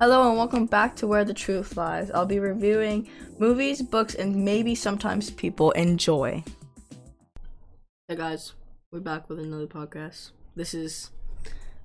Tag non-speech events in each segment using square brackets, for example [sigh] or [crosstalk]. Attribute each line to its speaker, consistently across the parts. Speaker 1: Hello and welcome back to Where the Truth Lies. I'll be reviewing movies, books, and maybe sometimes people enjoy. Hey guys, we're back with another podcast. This is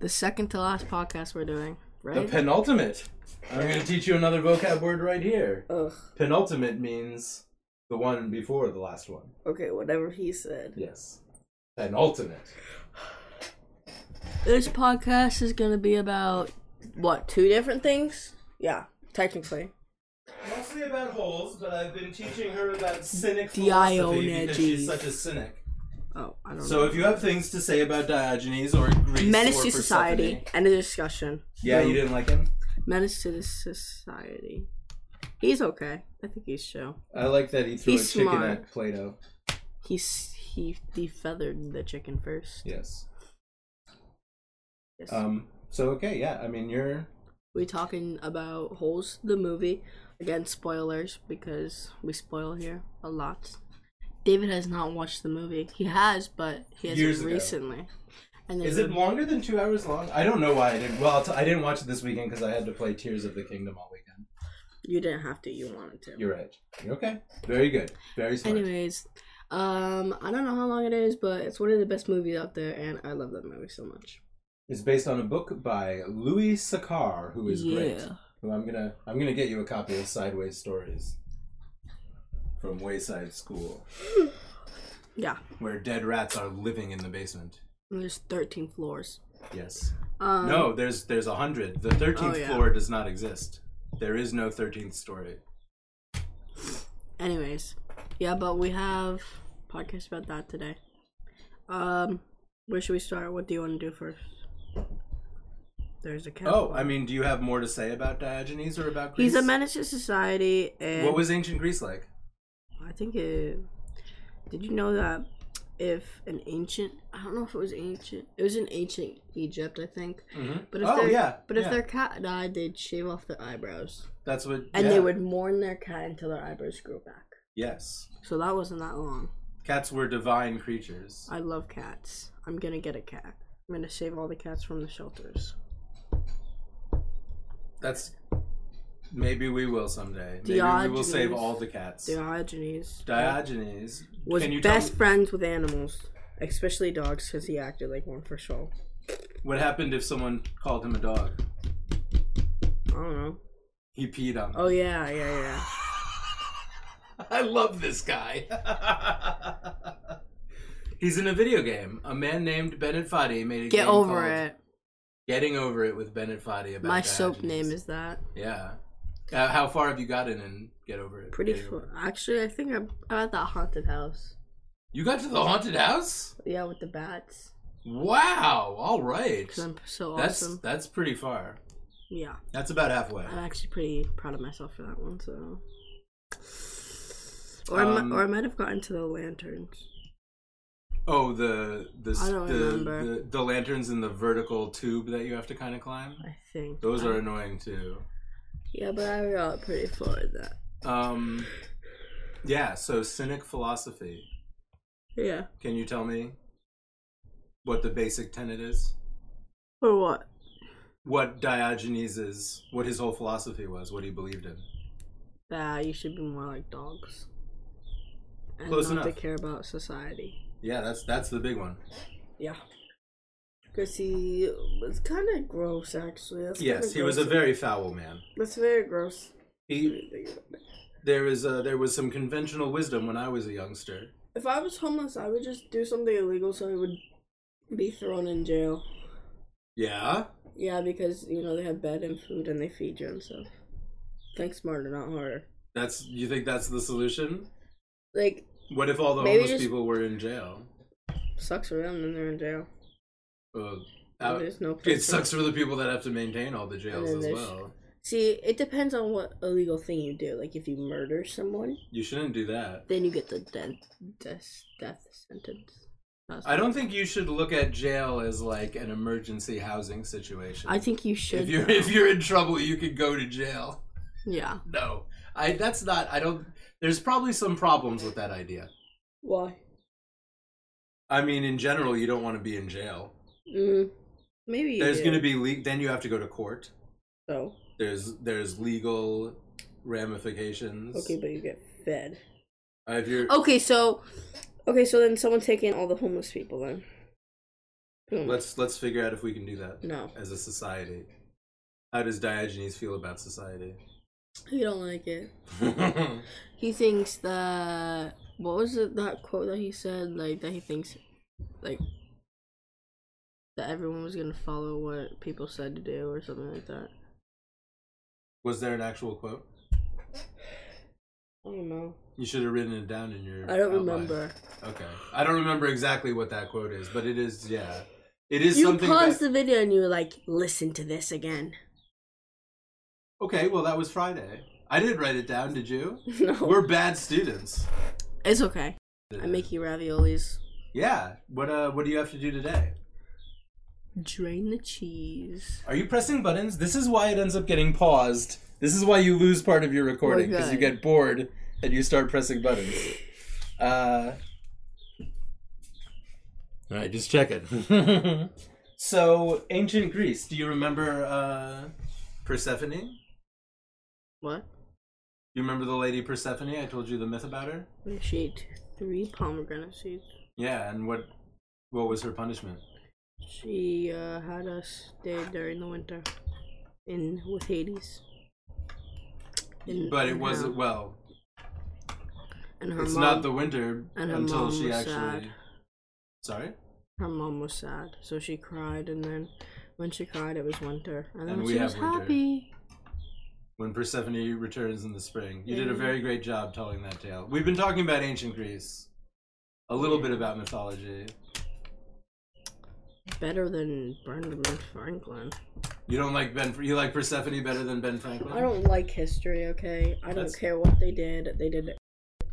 Speaker 1: the second to last podcast we're doing,
Speaker 2: The
Speaker 1: right?
Speaker 2: penultimate. I'm going to teach you another vocab word right here.
Speaker 1: Ugh.
Speaker 2: Penultimate means the one before the last one.
Speaker 1: Okay, whatever he said.
Speaker 2: Yes. Penultimate.
Speaker 1: This podcast is gonna be about what? Two different things? Yeah, technically.
Speaker 2: Mostly about holes, but I've been teaching her about cynic
Speaker 1: philosophy because she's Diogenes. such
Speaker 2: a cynic.
Speaker 1: Oh, I don't
Speaker 2: So if you have things to say about Diogenes or Greece
Speaker 1: know. Menace
Speaker 2: or
Speaker 1: to society.
Speaker 2: Persephone-
Speaker 1: End of discussion.
Speaker 2: yeah, you didn't like him.
Speaker 1: Menace to the society. He's okay. I think he's chill.
Speaker 2: I like that he threw
Speaker 1: He's
Speaker 2: a chicken
Speaker 1: smart.
Speaker 2: at Plato.
Speaker 1: He's he defeathered the chicken first.
Speaker 2: Yes.
Speaker 1: Yes.
Speaker 2: Um. So okay, yeah. I mean, you're
Speaker 1: we talking about Holes the movie again. Spoilers because we spoil here a lot. David has not watched the movie. He has, but he hasn't
Speaker 2: Years ago.
Speaker 1: recently. And
Speaker 2: Is
Speaker 1: there's
Speaker 2: it
Speaker 1: a-
Speaker 2: longer than two hours long? I don't know why I didn't. Well, I'll t- I didn't watch it this weekend because I had to play Tears of the Kingdom all weekend.
Speaker 1: you didn't have to. You wanted to.
Speaker 2: You're right. You're okay. Very good. Very smart.
Speaker 1: Anyways, um, I don't know how long it is, but it's one of the best movies out there, and I love that movie so much.
Speaker 2: It's based on a book by Louis Sakar, who is great.
Speaker 1: Yeah.
Speaker 2: Who I'm gonna I'm gonna get you a copy of Sideways Stories from Wayside School,
Speaker 1: Yeah.
Speaker 2: where dead rats are living in the basement.
Speaker 1: And there's 13 floors.
Speaker 2: Yes.
Speaker 1: Um,
Speaker 2: no, there's there's a hundred. The thirteenth
Speaker 1: Oh, yeah.
Speaker 2: floor does not exist. There is no thirteenth story.
Speaker 1: Anyways, yeah, but we have podcast about that today. Um, where should we start? What do you want to do first? There's a cat.
Speaker 2: Oh, I mean, do you have more to say about Diogenes or about Greece?
Speaker 1: he's a menace to society, and
Speaker 2: What was ancient Greece like?
Speaker 1: I think it. Did you know that if an ancient, I don't know if it was ancient, it was in ancient Egypt, I think. But if
Speaker 2: Oh,
Speaker 1: their-
Speaker 2: yeah,
Speaker 1: But if
Speaker 2: yeah.
Speaker 1: their cat died, they'd shave off their eyebrows,
Speaker 2: That's what.
Speaker 1: and
Speaker 2: yeah.
Speaker 1: they would mourn their cat until their eyebrows grew back.
Speaker 2: Yes,
Speaker 1: So that wasn't that long.
Speaker 2: cats were divine creatures.
Speaker 1: I love cats. I'm gonna get a cat. I'm gonna save all the cats from the shelters.
Speaker 2: That's maybe we will someday. Maybe we will
Speaker 1: Diogenes.
Speaker 2: save all the cats.
Speaker 1: Diogenes
Speaker 2: Diogenes
Speaker 1: was
Speaker 2: can you
Speaker 1: best
Speaker 2: Tell
Speaker 1: friends with animals, especially dogs, because he acted like one for show.
Speaker 2: me what happened if someone called him a dog?
Speaker 1: I don't know.
Speaker 2: He peed on. Them.
Speaker 1: Oh yeah, yeah, yeah.
Speaker 2: [laughs] I love this guy. [laughs] He's in a video game. A man named Bennett Foddy made a
Speaker 1: Get
Speaker 2: game
Speaker 1: over
Speaker 2: called
Speaker 1: it.
Speaker 2: Getting over it with Bennett Foddy about
Speaker 1: My soap
Speaker 2: Diogenes.
Speaker 1: name is that.
Speaker 2: Yeah. Uh, how far have you gotten in Get Over It?
Speaker 1: Pretty
Speaker 2: Getting Over It?
Speaker 1: fun. Actually, I think I'm, I'm at that haunted house.
Speaker 2: You got to the haunted house?
Speaker 1: Yeah, with the bats.
Speaker 2: Wow! All right,
Speaker 1: Because I'm so
Speaker 2: that's
Speaker 1: awesome.
Speaker 2: that's pretty far.
Speaker 1: Yeah,
Speaker 2: That's about halfway.
Speaker 1: I'm actually pretty proud of myself for that one. So, or I
Speaker 2: Um,
Speaker 1: mi- or I might have gotten to the lanterns.
Speaker 2: Oh, the the
Speaker 1: I don't
Speaker 2: the,
Speaker 1: remember.
Speaker 2: the the lanterns in the vertical tube that you have to kind of climb.
Speaker 1: I think
Speaker 2: Those
Speaker 1: I-
Speaker 2: are annoying too.
Speaker 1: Yeah, but I got pretty far in that.
Speaker 2: Um, yeah. So cynic philosophy.
Speaker 1: Yeah.
Speaker 2: Can you tell me what the basic tenet is?
Speaker 1: For what?
Speaker 2: What Diogenes is? What his whole philosophy was? What he believed in?
Speaker 1: That you should be more like dogs. And
Speaker 2: Close
Speaker 1: not to
Speaker 2: enough.
Speaker 1: care about society.
Speaker 2: Yeah, that's that's the big one.
Speaker 1: Yeah. Because he was kind of gross, actually. That's
Speaker 2: Yes,
Speaker 1: kinda
Speaker 2: he was a
Speaker 1: gross.
Speaker 2: very foul man.
Speaker 1: That's very gross.
Speaker 2: He There is uh there was some conventional wisdom when I was a youngster.
Speaker 1: If I was homeless, I would just do something illegal so I would be thrown in jail.
Speaker 2: Yeah.
Speaker 1: Yeah, because, you know, they have bed and food and they feed you and stuff. Think smarter, not harder.
Speaker 2: That's you think that's the solution?
Speaker 1: Like,
Speaker 2: What if all the
Speaker 1: Maybe
Speaker 2: homeless
Speaker 1: just-
Speaker 2: people were in jail?
Speaker 1: sucks for them and they're in jail.
Speaker 2: Uh, out-
Speaker 1: There's no
Speaker 2: it
Speaker 1: place for
Speaker 2: sucks for the people that have to maintain all the jails
Speaker 1: then
Speaker 2: as
Speaker 1: there's-
Speaker 2: well.
Speaker 1: See, it depends on what illegal thing you do. Like, if you murder someone,
Speaker 2: You shouldn't do that.
Speaker 1: then you get the de- death, death sentence. That's-
Speaker 2: I don't think you should look at jail as like an emergency housing situation.
Speaker 1: I think you should.
Speaker 2: if you're if you're in trouble, you could go to jail.
Speaker 1: yeah.
Speaker 2: No, I that's not. I don't. There's probably some problems with that idea.
Speaker 1: Why?
Speaker 2: I mean, in general, you don't want to be in jail.
Speaker 1: Mm, maybe you
Speaker 2: There's
Speaker 1: do,
Speaker 2: going to be le- then you have to go to court.
Speaker 1: So
Speaker 2: There's there's legal ramifications.
Speaker 1: Okay, but you get fed.
Speaker 2: Uh, if you're
Speaker 1: Okay, so okay, so then someone taking all the homeless people then. Hmm.
Speaker 2: let's let's figure out if we can do that
Speaker 1: no,
Speaker 2: as a society. How does Diogenes feel about society?
Speaker 1: [laughs] he don't like it. He thinks that what was it that quote that he said like that he thinks like that everyone was gonna follow what people said to do or something like that.
Speaker 2: Was there an actual quote?
Speaker 1: I don't know.
Speaker 2: You should have written it down in your.
Speaker 1: I don't
Speaker 2: outline.
Speaker 1: remember.
Speaker 2: Okay, I don't remember exactly what that quote is, but it is yeah, it is
Speaker 1: You
Speaker 2: something.
Speaker 1: paused
Speaker 2: That,
Speaker 1: the video and you were like, "Listen to this again." [laughs]
Speaker 2: okay, well that was Friday. I did write it down. Did you?
Speaker 1: [laughs] no,
Speaker 2: We're bad students.
Speaker 1: it's okay. I make you raviolis.
Speaker 2: Yeah. What uh? What do you have to do today?
Speaker 1: Drain the cheese.
Speaker 2: Are you pressing buttons? This is why it ends up getting paused. This is why you lose part of your recording because you
Speaker 1: God.
Speaker 2: get bored and you start pressing buttons. Uh, all right, just check it. [laughs] so, ancient Greece. Do you remember uh, Persephone? Do
Speaker 1: What?
Speaker 2: you remember the lady Persephone? I told you the myth about her.
Speaker 1: She ate three pomegranate seeds.
Speaker 2: Yeah, and what what was her punishment?
Speaker 1: She uh, had us stay during the winter in with Hades. In-
Speaker 2: but it
Speaker 1: in
Speaker 2: wasn't
Speaker 1: her-
Speaker 2: well.
Speaker 1: And her
Speaker 2: It's
Speaker 1: mom,
Speaker 2: not the winter
Speaker 1: and her
Speaker 2: until
Speaker 1: mom
Speaker 2: she
Speaker 1: was
Speaker 2: actually.
Speaker 1: sad.
Speaker 2: Sorry.
Speaker 1: Her mom was sad, so she cried, and then when she cried, it was winter, and then
Speaker 2: And
Speaker 1: when
Speaker 2: we
Speaker 1: she
Speaker 2: have
Speaker 1: was
Speaker 2: winter.
Speaker 1: happy.
Speaker 2: when Persephone returns in the spring. You did a
Speaker 1: Yeah.
Speaker 2: very great job telling that tale. We've been talking about ancient Greece, a little
Speaker 1: Yeah.
Speaker 2: bit about mythology.
Speaker 1: Better than Benjamin Franklin.
Speaker 2: You don't like Ben. You like Persephone better than Ben Franklin.
Speaker 1: I don't like history. Okay, I don't
Speaker 2: That's-
Speaker 1: care what they did. They did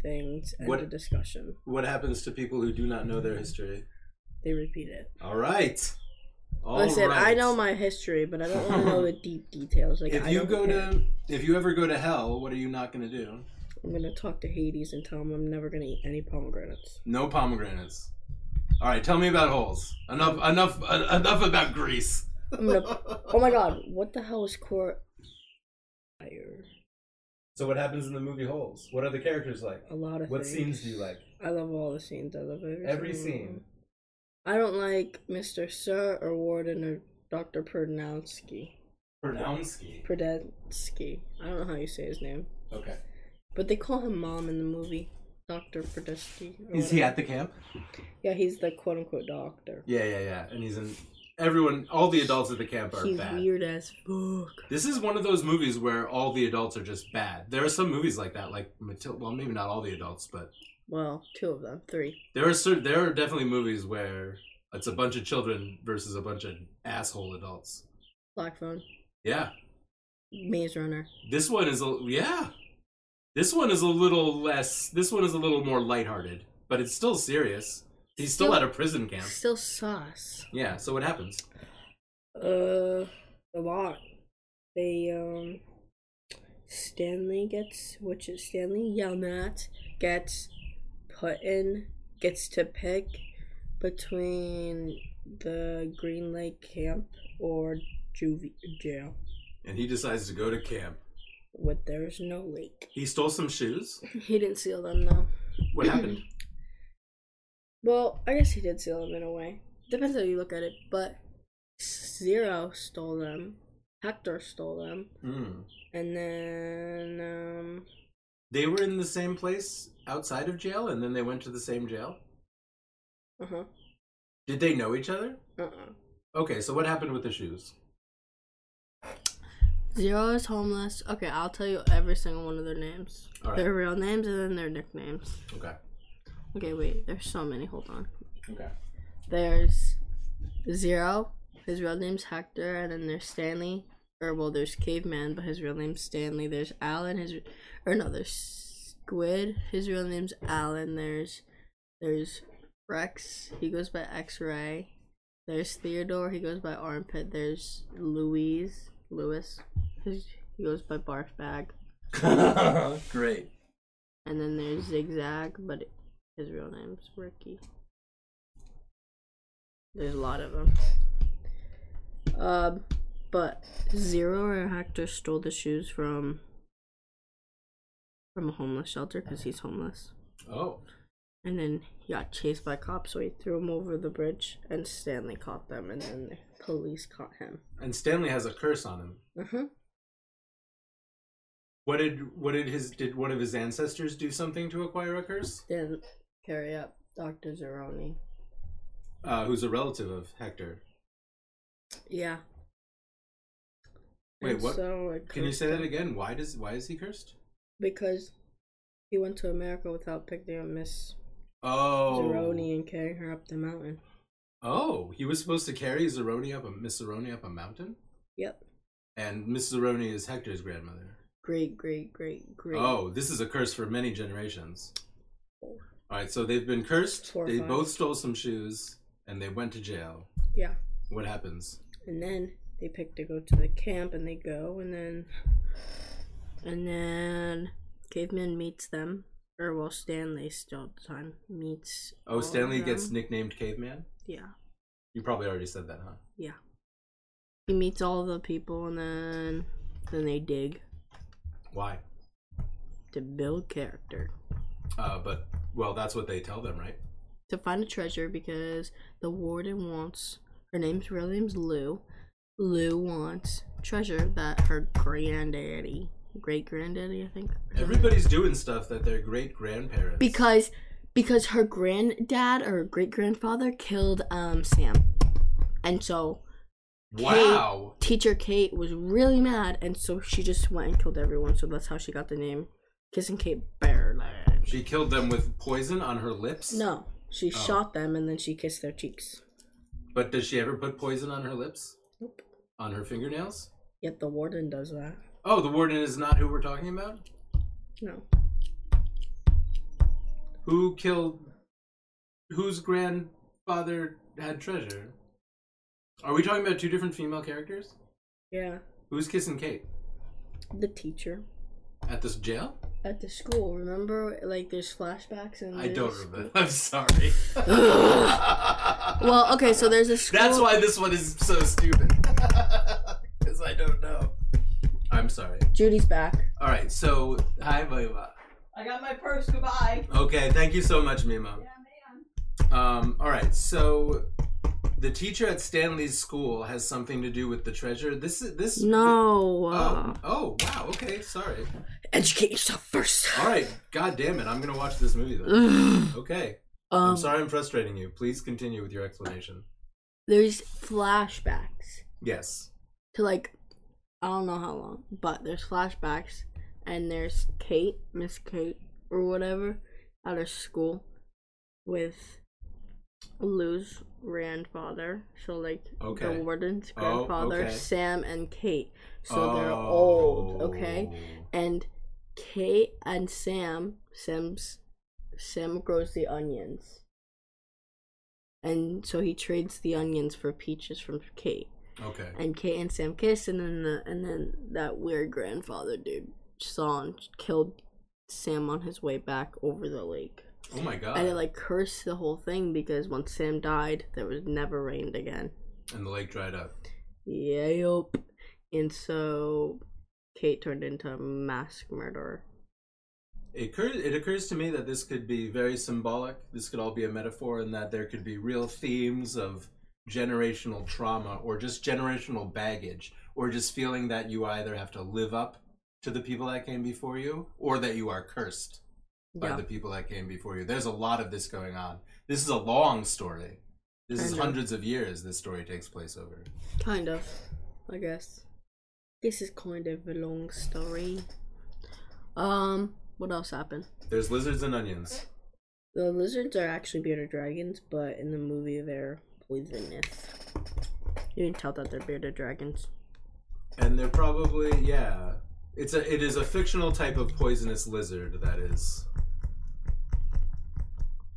Speaker 1: things. End
Speaker 2: What-
Speaker 1: of discussion.
Speaker 2: What happens to people who do not know their history?
Speaker 1: They repeat it.
Speaker 2: All right. All right.
Speaker 1: Listen, I know my history, but I don't want to know the deep details. Like,
Speaker 2: if
Speaker 1: I
Speaker 2: you
Speaker 1: don't
Speaker 2: go
Speaker 1: care.
Speaker 2: to, if you ever go to hell, what are you not going to do?
Speaker 1: I'm gonna talk to Hades and tell him I'm never gonna eat any pomegranates.
Speaker 2: No pomegranates. All right, tell me about holes. Enough, enough, en- enough about Greece.
Speaker 1: I'm gonna. oh my god, what the hell is core? Fire.
Speaker 2: So what happens in the movie Holes? What are the characters like?
Speaker 1: A lot of
Speaker 2: What
Speaker 1: things.
Speaker 2: scenes do you like?
Speaker 1: I love all the scenes. I love every,
Speaker 2: Every
Speaker 1: single one.
Speaker 2: scene.
Speaker 1: I don't like Mr. Sir or Warden or Dr. Pernowski.
Speaker 2: Pernowski.
Speaker 1: Perdensky. I don't know how you say his name,
Speaker 2: Okay.
Speaker 1: but they call him Mom in the movie. Dr. Perdensky. or
Speaker 2: Is he
Speaker 1: whatever.
Speaker 2: at the camp?
Speaker 1: Yeah, he's the quote unquote doctor.
Speaker 2: Yeah, yeah, yeah. And he's in. Everyone, all the adults at the camp are
Speaker 1: He's
Speaker 2: bad.
Speaker 1: weird as fuck.
Speaker 2: This is one of those movies where all the adults are just bad. There are some movies like that, like Matilda. Well, maybe not all the adults, but
Speaker 1: Well, two of them, three.
Speaker 2: there are certain. There are definitely movies where it's a bunch of children versus a bunch of asshole adults.
Speaker 1: Black Phone,
Speaker 2: Yeah,
Speaker 1: Maze Runner.
Speaker 2: this one is a yeah. This one is a little less. This one is a little more lighthearted, but it's still serious. He's still,
Speaker 1: Still-
Speaker 2: at a prison camp.
Speaker 1: Still sauce.
Speaker 2: Yeah. So what happens?
Speaker 1: Uh, a lot. They um, Stanley gets which is Stanley Yelnat gets put in gets to pick between the Green Lake camp or juvie jail.
Speaker 2: And he decides to go to camp.
Speaker 1: With there's no lake.
Speaker 2: He stole some shoes.
Speaker 1: [laughs] He didn't seal them though.
Speaker 2: What happened? [laughs]
Speaker 1: Well, I guess he did seal them in a way. Depends how you look at it, but Zero stole them. Hector stole them.
Speaker 2: Mm.
Speaker 1: And then, um,
Speaker 2: They were in the same place outside of jail, and then they went to the same jail.
Speaker 1: uh huh,
Speaker 2: Did they know each other?
Speaker 1: uh uh
Speaker 2: Okay, so what happened with the shoes?
Speaker 1: Zero is homeless. Okay, I'll tell you every single one of their names.
Speaker 2: All right.
Speaker 1: Their real names and then their nicknames.
Speaker 2: Okay.
Speaker 1: Okay, wait, there's so many. Hold on.
Speaker 2: Okay. [laughs]
Speaker 1: There's Zero. His real name's Hector, and then there's Stanley. Or well, there's Caveman, but his real name's Stanley. There's Alan. His or no, there's Squid. His real name's Alan. There's there's Rex. He goes by X-Ray. There's Theodore. He goes by Armpit. There's Louise. Louis. His, he goes by Barf Bag.
Speaker 2: Great.
Speaker 1: And then there's Zigzag, but his real name's Ricky. There's a lot of them. Um, But Zero or Hector stole the shoes from from a homeless shelter because he's homeless.
Speaker 2: Oh.
Speaker 1: And then he got chased by cops, so he threw him over the bridge, and Stanley caught them, and then the police caught him.
Speaker 2: And Stanley has a curse on him.
Speaker 1: Uh-huh.
Speaker 2: What did what did his did one of his ancestors do something to acquire a curse?
Speaker 1: Didn't carry up Dr. Zeroni.
Speaker 2: Uh, who's a relative of Hector?
Speaker 1: Yeah.
Speaker 2: Wait,
Speaker 1: And
Speaker 2: what-
Speaker 1: so it
Speaker 2: Can you
Speaker 1: cursed
Speaker 2: say that
Speaker 1: him
Speaker 2: again? Why does why is he cursed?
Speaker 1: Because he went to America without picking up Miss
Speaker 2: Oh.
Speaker 1: Zeroni and carrying her up the mountain.
Speaker 2: Oh, he was supposed to carry Zeroni up a Miss Zeroni up a mountain,
Speaker 1: Yep.
Speaker 2: and Miss Zeroni is Hector's grandmother.
Speaker 1: Great, great, great, great.
Speaker 2: Oh, this is a curse for many generations. All right, so they've been cursed.
Speaker 1: Four or
Speaker 2: they
Speaker 1: five.
Speaker 2: both stole some shoes, and they went to jail.
Speaker 1: Yeah.
Speaker 2: What happens?
Speaker 1: And then they pick to go to the camp and they go and then and then Caveman meets them. Or well Stanley still at the time meets all
Speaker 2: Oh,
Speaker 1: of
Speaker 2: Stanley
Speaker 1: them.
Speaker 2: gets nicknamed Caveman.
Speaker 1: Yeah.
Speaker 2: You probably already said that, huh?
Speaker 1: Yeah. He meets all the people and then then they dig
Speaker 2: Why?
Speaker 1: to build character.
Speaker 2: Uh, but well, that's what they tell them, right?
Speaker 1: to find a treasure because the warden wants her name's real name's Lou. Lou wants treasure that her granddaddy, great granddaddy, I think.
Speaker 2: Everybody's doing stuff that their great grandparents.
Speaker 1: Because because her granddad or great grandfather killed um Sam, and so
Speaker 2: wow,
Speaker 1: teacher Kate was really mad, and so she just went and killed everyone. So that's how she got the name, kissing Kate Bearland.
Speaker 2: she killed them with poison on her lips.
Speaker 1: No, she shot them and then she kissed their cheeks.
Speaker 2: But does she ever put poison on her lips?
Speaker 1: Nope.
Speaker 2: On her fingernails?
Speaker 1: Yet the warden does that.
Speaker 2: Oh, the warden is not who we're talking about?
Speaker 1: No.
Speaker 2: Who killed whose grandfather had treasure? Are we talking about two different female characters?
Speaker 1: Yeah.
Speaker 2: Who's kissing Kate?
Speaker 1: the teacher
Speaker 2: At this jail?
Speaker 1: at the school. Remember, like there's flashbacks and
Speaker 2: I
Speaker 1: there's a
Speaker 2: don't remember. [laughs]
Speaker 1: school-
Speaker 2: I'm sorry.
Speaker 1: [laughs] Well, okay, so there's a school.
Speaker 2: That's why this one is so [laughs] stupid. Because I don't know. I'm sorry.
Speaker 1: Judy's back.
Speaker 2: All right, so hi, Mima.
Speaker 3: I got my purse. Goodbye.
Speaker 2: Okay, thank you so much, Mima.
Speaker 3: Yeah, man.
Speaker 2: Um, all right, so the teacher at Stanley's school has something to do with the treasure. This is this.
Speaker 1: No.
Speaker 2: Oh, oh, wow. Okay, sorry.
Speaker 1: educate yourself first.
Speaker 2: All right. God damn it. I'm gonna watch this movie then.
Speaker 1: Ugh.
Speaker 2: Okay.
Speaker 1: um,
Speaker 2: I'm sorry I'm frustrating you. Please continue with your explanation.
Speaker 1: there's flashbacks
Speaker 2: Yes.
Speaker 1: to like I don't know how long, but there's flashbacks and there's Kate, Miss Kate or whatever, at her school with Lou's grandfather. So like
Speaker 2: Okay.
Speaker 1: the warden's
Speaker 2: Oh,
Speaker 1: grandfather,
Speaker 2: okay.
Speaker 1: Sam and Kate. So they're
Speaker 2: Oh.
Speaker 1: old, okay? And Kate and Sam, Sam's Sam grows the onions. And so he trades the onions for peaches from Kate
Speaker 2: Oh. Okay.
Speaker 1: and Kate and Sam kissed, and then the and then that weird grandfather dude saw and killed Sam on his way back over the lake,
Speaker 2: Oh my god.
Speaker 1: and it like cursed the whole thing because once Sam died, there was never rained again.
Speaker 2: and the lake dried up.
Speaker 1: Yep. And so Kate turned into a mass murderer.
Speaker 2: It occurs, it occurs to me that this could be very symbolic. This could all be a metaphor, and that there could be real themes of generational trauma or just generational baggage, or just feeling that you either have to live up to the people that came before you or that you are cursed by
Speaker 1: Yeah.
Speaker 2: the people that came before you. There's a lot of this going on. This is a long story. This is
Speaker 1: Kind of.
Speaker 2: hundreds of years this story takes place over.
Speaker 1: Kind of, I guess. This is kind of a long story. Um, what else happened?
Speaker 2: There's lizards and onions.
Speaker 1: The lizards are actually bearded dragons, but in the movie they're poisonous. You can tell that they're bearded dragons.
Speaker 2: And they're probably yeah. It's a it is a fictional type of poisonous lizard that is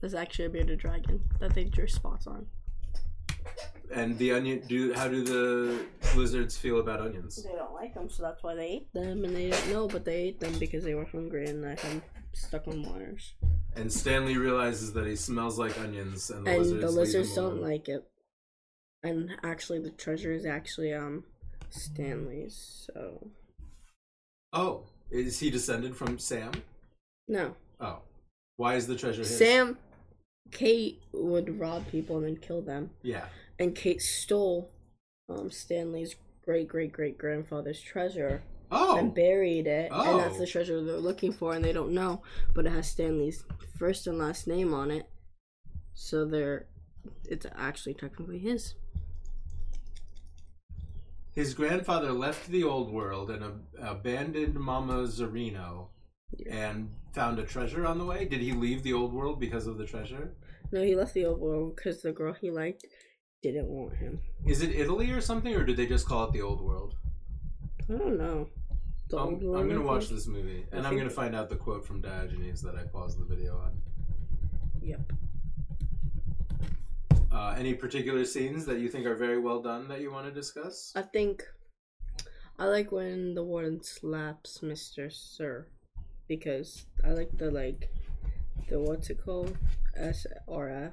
Speaker 1: There's actually a bearded dragon that they drew spots on.
Speaker 2: And the onion do how do the lizards feel about onions?
Speaker 1: They don't like them, so that's why they ate them, and they didn't know, but they ate them because they were hungry and they had stuck on wires.
Speaker 2: And Stanley realizes that he smells like onions and the
Speaker 1: and
Speaker 2: lizards,
Speaker 1: the
Speaker 2: leave
Speaker 1: lizards
Speaker 2: him
Speaker 1: don't
Speaker 2: alone.
Speaker 1: like it. And actually, the treasure is actually um Stanley's, so.
Speaker 2: Oh, is he descended from Sam?
Speaker 1: No.
Speaker 2: Oh, why is the treasure his?
Speaker 1: Sam, Kate would rob people and then kill them.
Speaker 2: Yeah.
Speaker 1: And Kate stole um, Stanley's great great great grandfather's treasure
Speaker 2: Oh,
Speaker 1: and buried it. And that's
Speaker 2: Oh.
Speaker 1: the treasure they're looking for and they don't know. But it has Stanley's first and last name on it. So they're. It's actually technically his.
Speaker 2: his grandfather left the old world and ab- abandoned Mama Zorino, and found a treasure on the way. Did he leave the old world because of the treasure?
Speaker 1: No, he left the old world because the girl he liked didn't want him.
Speaker 2: Is it Italy or something, or did they just call it the old world?
Speaker 1: I don't know. The
Speaker 2: I'm,
Speaker 1: old world,
Speaker 2: I'm
Speaker 1: I
Speaker 2: gonna watch
Speaker 1: think?
Speaker 2: this movie,
Speaker 1: I
Speaker 2: and I'm
Speaker 1: think-
Speaker 2: gonna find out the quote from Diogenes that I paused the video on.
Speaker 1: Yep.
Speaker 2: Uh, any particular scenes that you think are very well done that you want to discuss?
Speaker 1: I think I like when the warden slaps Mister Sir because I like the like the what's it called SRF.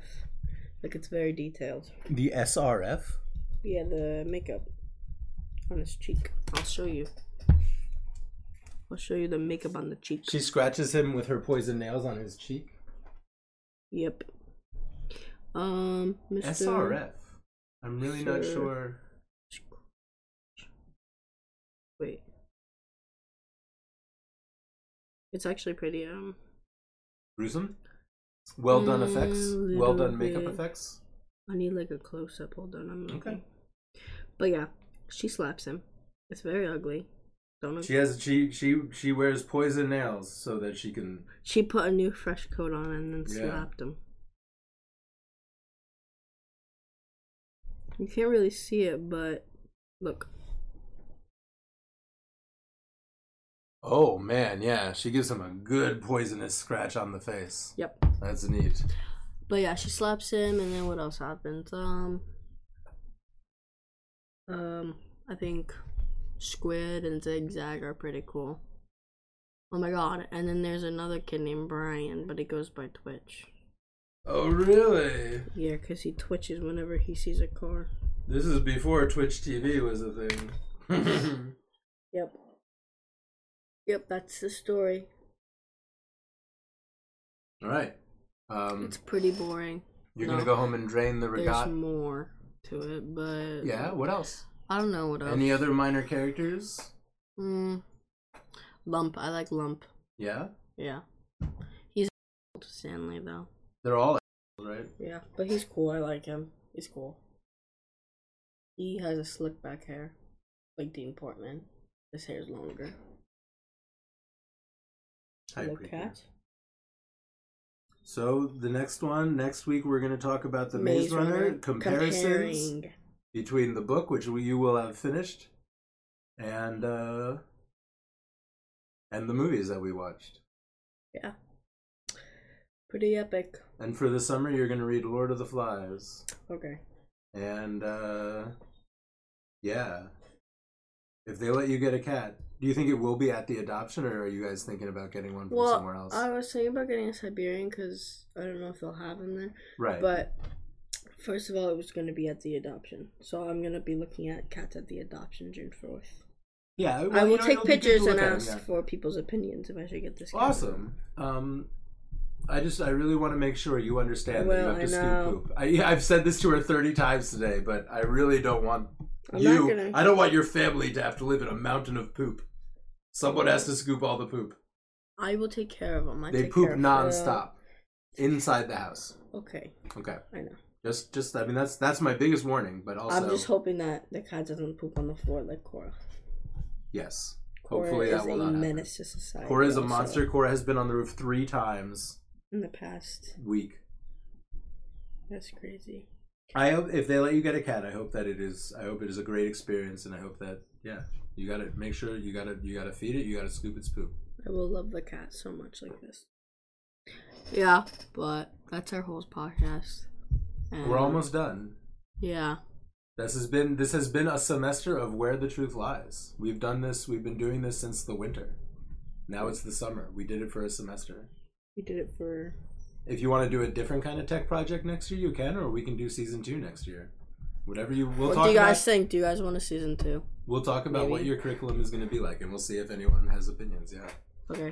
Speaker 1: Like it's very detailed.
Speaker 4: The SRF.
Speaker 1: Yeah, the makeup on his cheek. I'll show you. I'll show you the makeup on the cheek.
Speaker 2: She scratches him with her poison nails on his cheek.
Speaker 1: Yep. Um, Mister
Speaker 2: SRF. I'm really not
Speaker 1: Sir-
Speaker 2: sure.
Speaker 1: Wait. It's actually pretty um
Speaker 2: Gruesome. Well done
Speaker 1: Mm,
Speaker 2: effects. Well
Speaker 1: little
Speaker 2: done makeup
Speaker 1: bit.
Speaker 2: effects.
Speaker 1: I need like a close up. Hold on, I'm
Speaker 2: Okay.
Speaker 1: okay. But yeah, she slaps him. It's very ugly. Don't know.
Speaker 2: She
Speaker 1: She,
Speaker 2: has she she she wears poison nails so that she can.
Speaker 1: put a new fresh coat on and then
Speaker 2: Yeah.
Speaker 1: slapped him. You can't really see it, but look.
Speaker 2: Oh man, yeah, she gives him a good poisonous scratch on the face.
Speaker 1: Yep.
Speaker 2: That's neat.
Speaker 1: But yeah, she slaps him, and then what else happens? Um, um, I think Squid and Zigzag are pretty cool. Oh my god! And then there's another kid named Brian, but he goes by Twitch.
Speaker 2: Oh really?
Speaker 1: Yeah, 'cause he twitches whenever he sees a car.
Speaker 2: This is before Twitch TV was a thing. [laughs]
Speaker 1: Yep. Yep, that's the story.
Speaker 2: All right. Um,
Speaker 1: It's pretty boring.
Speaker 2: you're
Speaker 1: no.
Speaker 2: gonna go home and drain the
Speaker 1: There's
Speaker 2: regatta.
Speaker 1: more to it, but
Speaker 2: Yeah. What else?
Speaker 1: I don't know what else.
Speaker 2: Any other minor characters?
Speaker 1: Mm, Lump. I like Lump.
Speaker 2: Yeah.
Speaker 1: Yeah. He's old Stanley though.
Speaker 2: They're all right.
Speaker 1: Yeah, but he's cool. I like him. He's cool. He has a slick back hair, like Dean Portman. His hair's longer.
Speaker 2: Hi,
Speaker 1: Hello,
Speaker 2: Preeti.
Speaker 1: cat.
Speaker 2: So the next one, next week, we're going to talk about the Maze, Runner, comparisons
Speaker 1: Comparing.
Speaker 2: between the book, which we, you will have finished, and uh, and the movies that we watched.
Speaker 1: Yeah. Pretty epic.
Speaker 2: And for the summer, you're going to read Lord of the Flies,
Speaker 1: Okay.
Speaker 2: and uh, yeah, if they let you get a cat, do you think it will be at the adoption, or are you guys thinking about getting one from
Speaker 1: Well,
Speaker 2: somewhere else?
Speaker 1: I was thinking about getting a Siberian because I don't know if they'll have him there.
Speaker 2: right.
Speaker 1: But first of all, it was going to be at the adoption, so I'm going to be looking at cats at the adoption June fourth.
Speaker 2: yeah, well,
Speaker 1: I
Speaker 2: you
Speaker 1: will
Speaker 2: know,
Speaker 1: take
Speaker 2: you'll be good to
Speaker 1: pictures
Speaker 2: look
Speaker 1: and
Speaker 2: at 'em,
Speaker 1: ask
Speaker 2: yeah.
Speaker 1: for people's opinions if I should get this. cat.
Speaker 2: Awesome. Um, I just I really want to make sure you understand
Speaker 1: Well,
Speaker 2: that you have to
Speaker 1: I know.
Speaker 2: scoop poop. I, yeah, I've said this to her thirty times today, but I really don't want
Speaker 1: I'm not
Speaker 2: you.
Speaker 1: gonna-
Speaker 2: I don't want your family to have to live in a mountain of poop. Someone has to scoop all the poop.
Speaker 1: I will take care of them. I
Speaker 2: they
Speaker 1: take
Speaker 2: poop
Speaker 1: care of
Speaker 2: nonstop inside the house.
Speaker 1: them. Okay,
Speaker 2: Okay,
Speaker 1: I know.
Speaker 2: just just I mean that's that's my biggest warning. But also
Speaker 1: I'm just hoping that the cat doesn't poop on the floor like Cora.
Speaker 2: yes,
Speaker 1: Cora
Speaker 2: hopefully
Speaker 1: is
Speaker 2: that will
Speaker 1: a
Speaker 2: not happen.
Speaker 1: menace to society.
Speaker 2: Cora is a
Speaker 1: also.
Speaker 2: monster. Cora has been on the roof three times
Speaker 1: In the past,
Speaker 2: week.
Speaker 1: that's crazy.
Speaker 2: I hope if they let you get a cat, I hope that it is. I hope it is a great experience, and I hope that yeah, you gotta make sure you gotta you gotta feed it, you gotta scoop its poop.
Speaker 1: I will love the cat so much like this. Yeah, but that's our whole podcast. And-
Speaker 2: We're almost done.
Speaker 1: Yeah,
Speaker 2: This has been this has been a semester of where the truth lies. We've done this. We've been doing this since the winter. Now it's the summer. We did it for a semester.
Speaker 1: we did it for.
Speaker 2: If you want to do a different kind of tech project next year, you can, or we can do season two next year. Whatever you. We'll
Speaker 1: what
Speaker 2: talk
Speaker 1: do you guys
Speaker 2: about-
Speaker 1: think? Do you guys want a season two?
Speaker 2: We'll talk about what
Speaker 1: Maybe.
Speaker 2: your curriculum is going to be like, and we'll see if anyone has opinions. Yeah.
Speaker 1: Okay.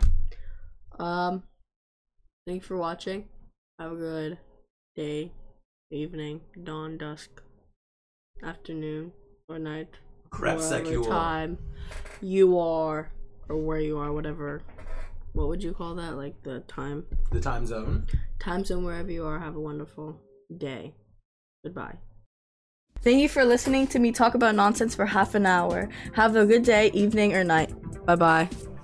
Speaker 1: Um, thanks for watching. Have a good day, evening, dawn, dusk, afternoon, or night.
Speaker 2: Crap sack
Speaker 1: whatever
Speaker 2: you all.
Speaker 1: time you are, or where you are, whatever. What would you call that? Like the time,
Speaker 2: The time zone.
Speaker 1: time zone, wherever you are. Have a wonderful day. Goodbye. Thank you for listening to me talk about nonsense for half an hour. Have a good day, evening, or night. Bye bye.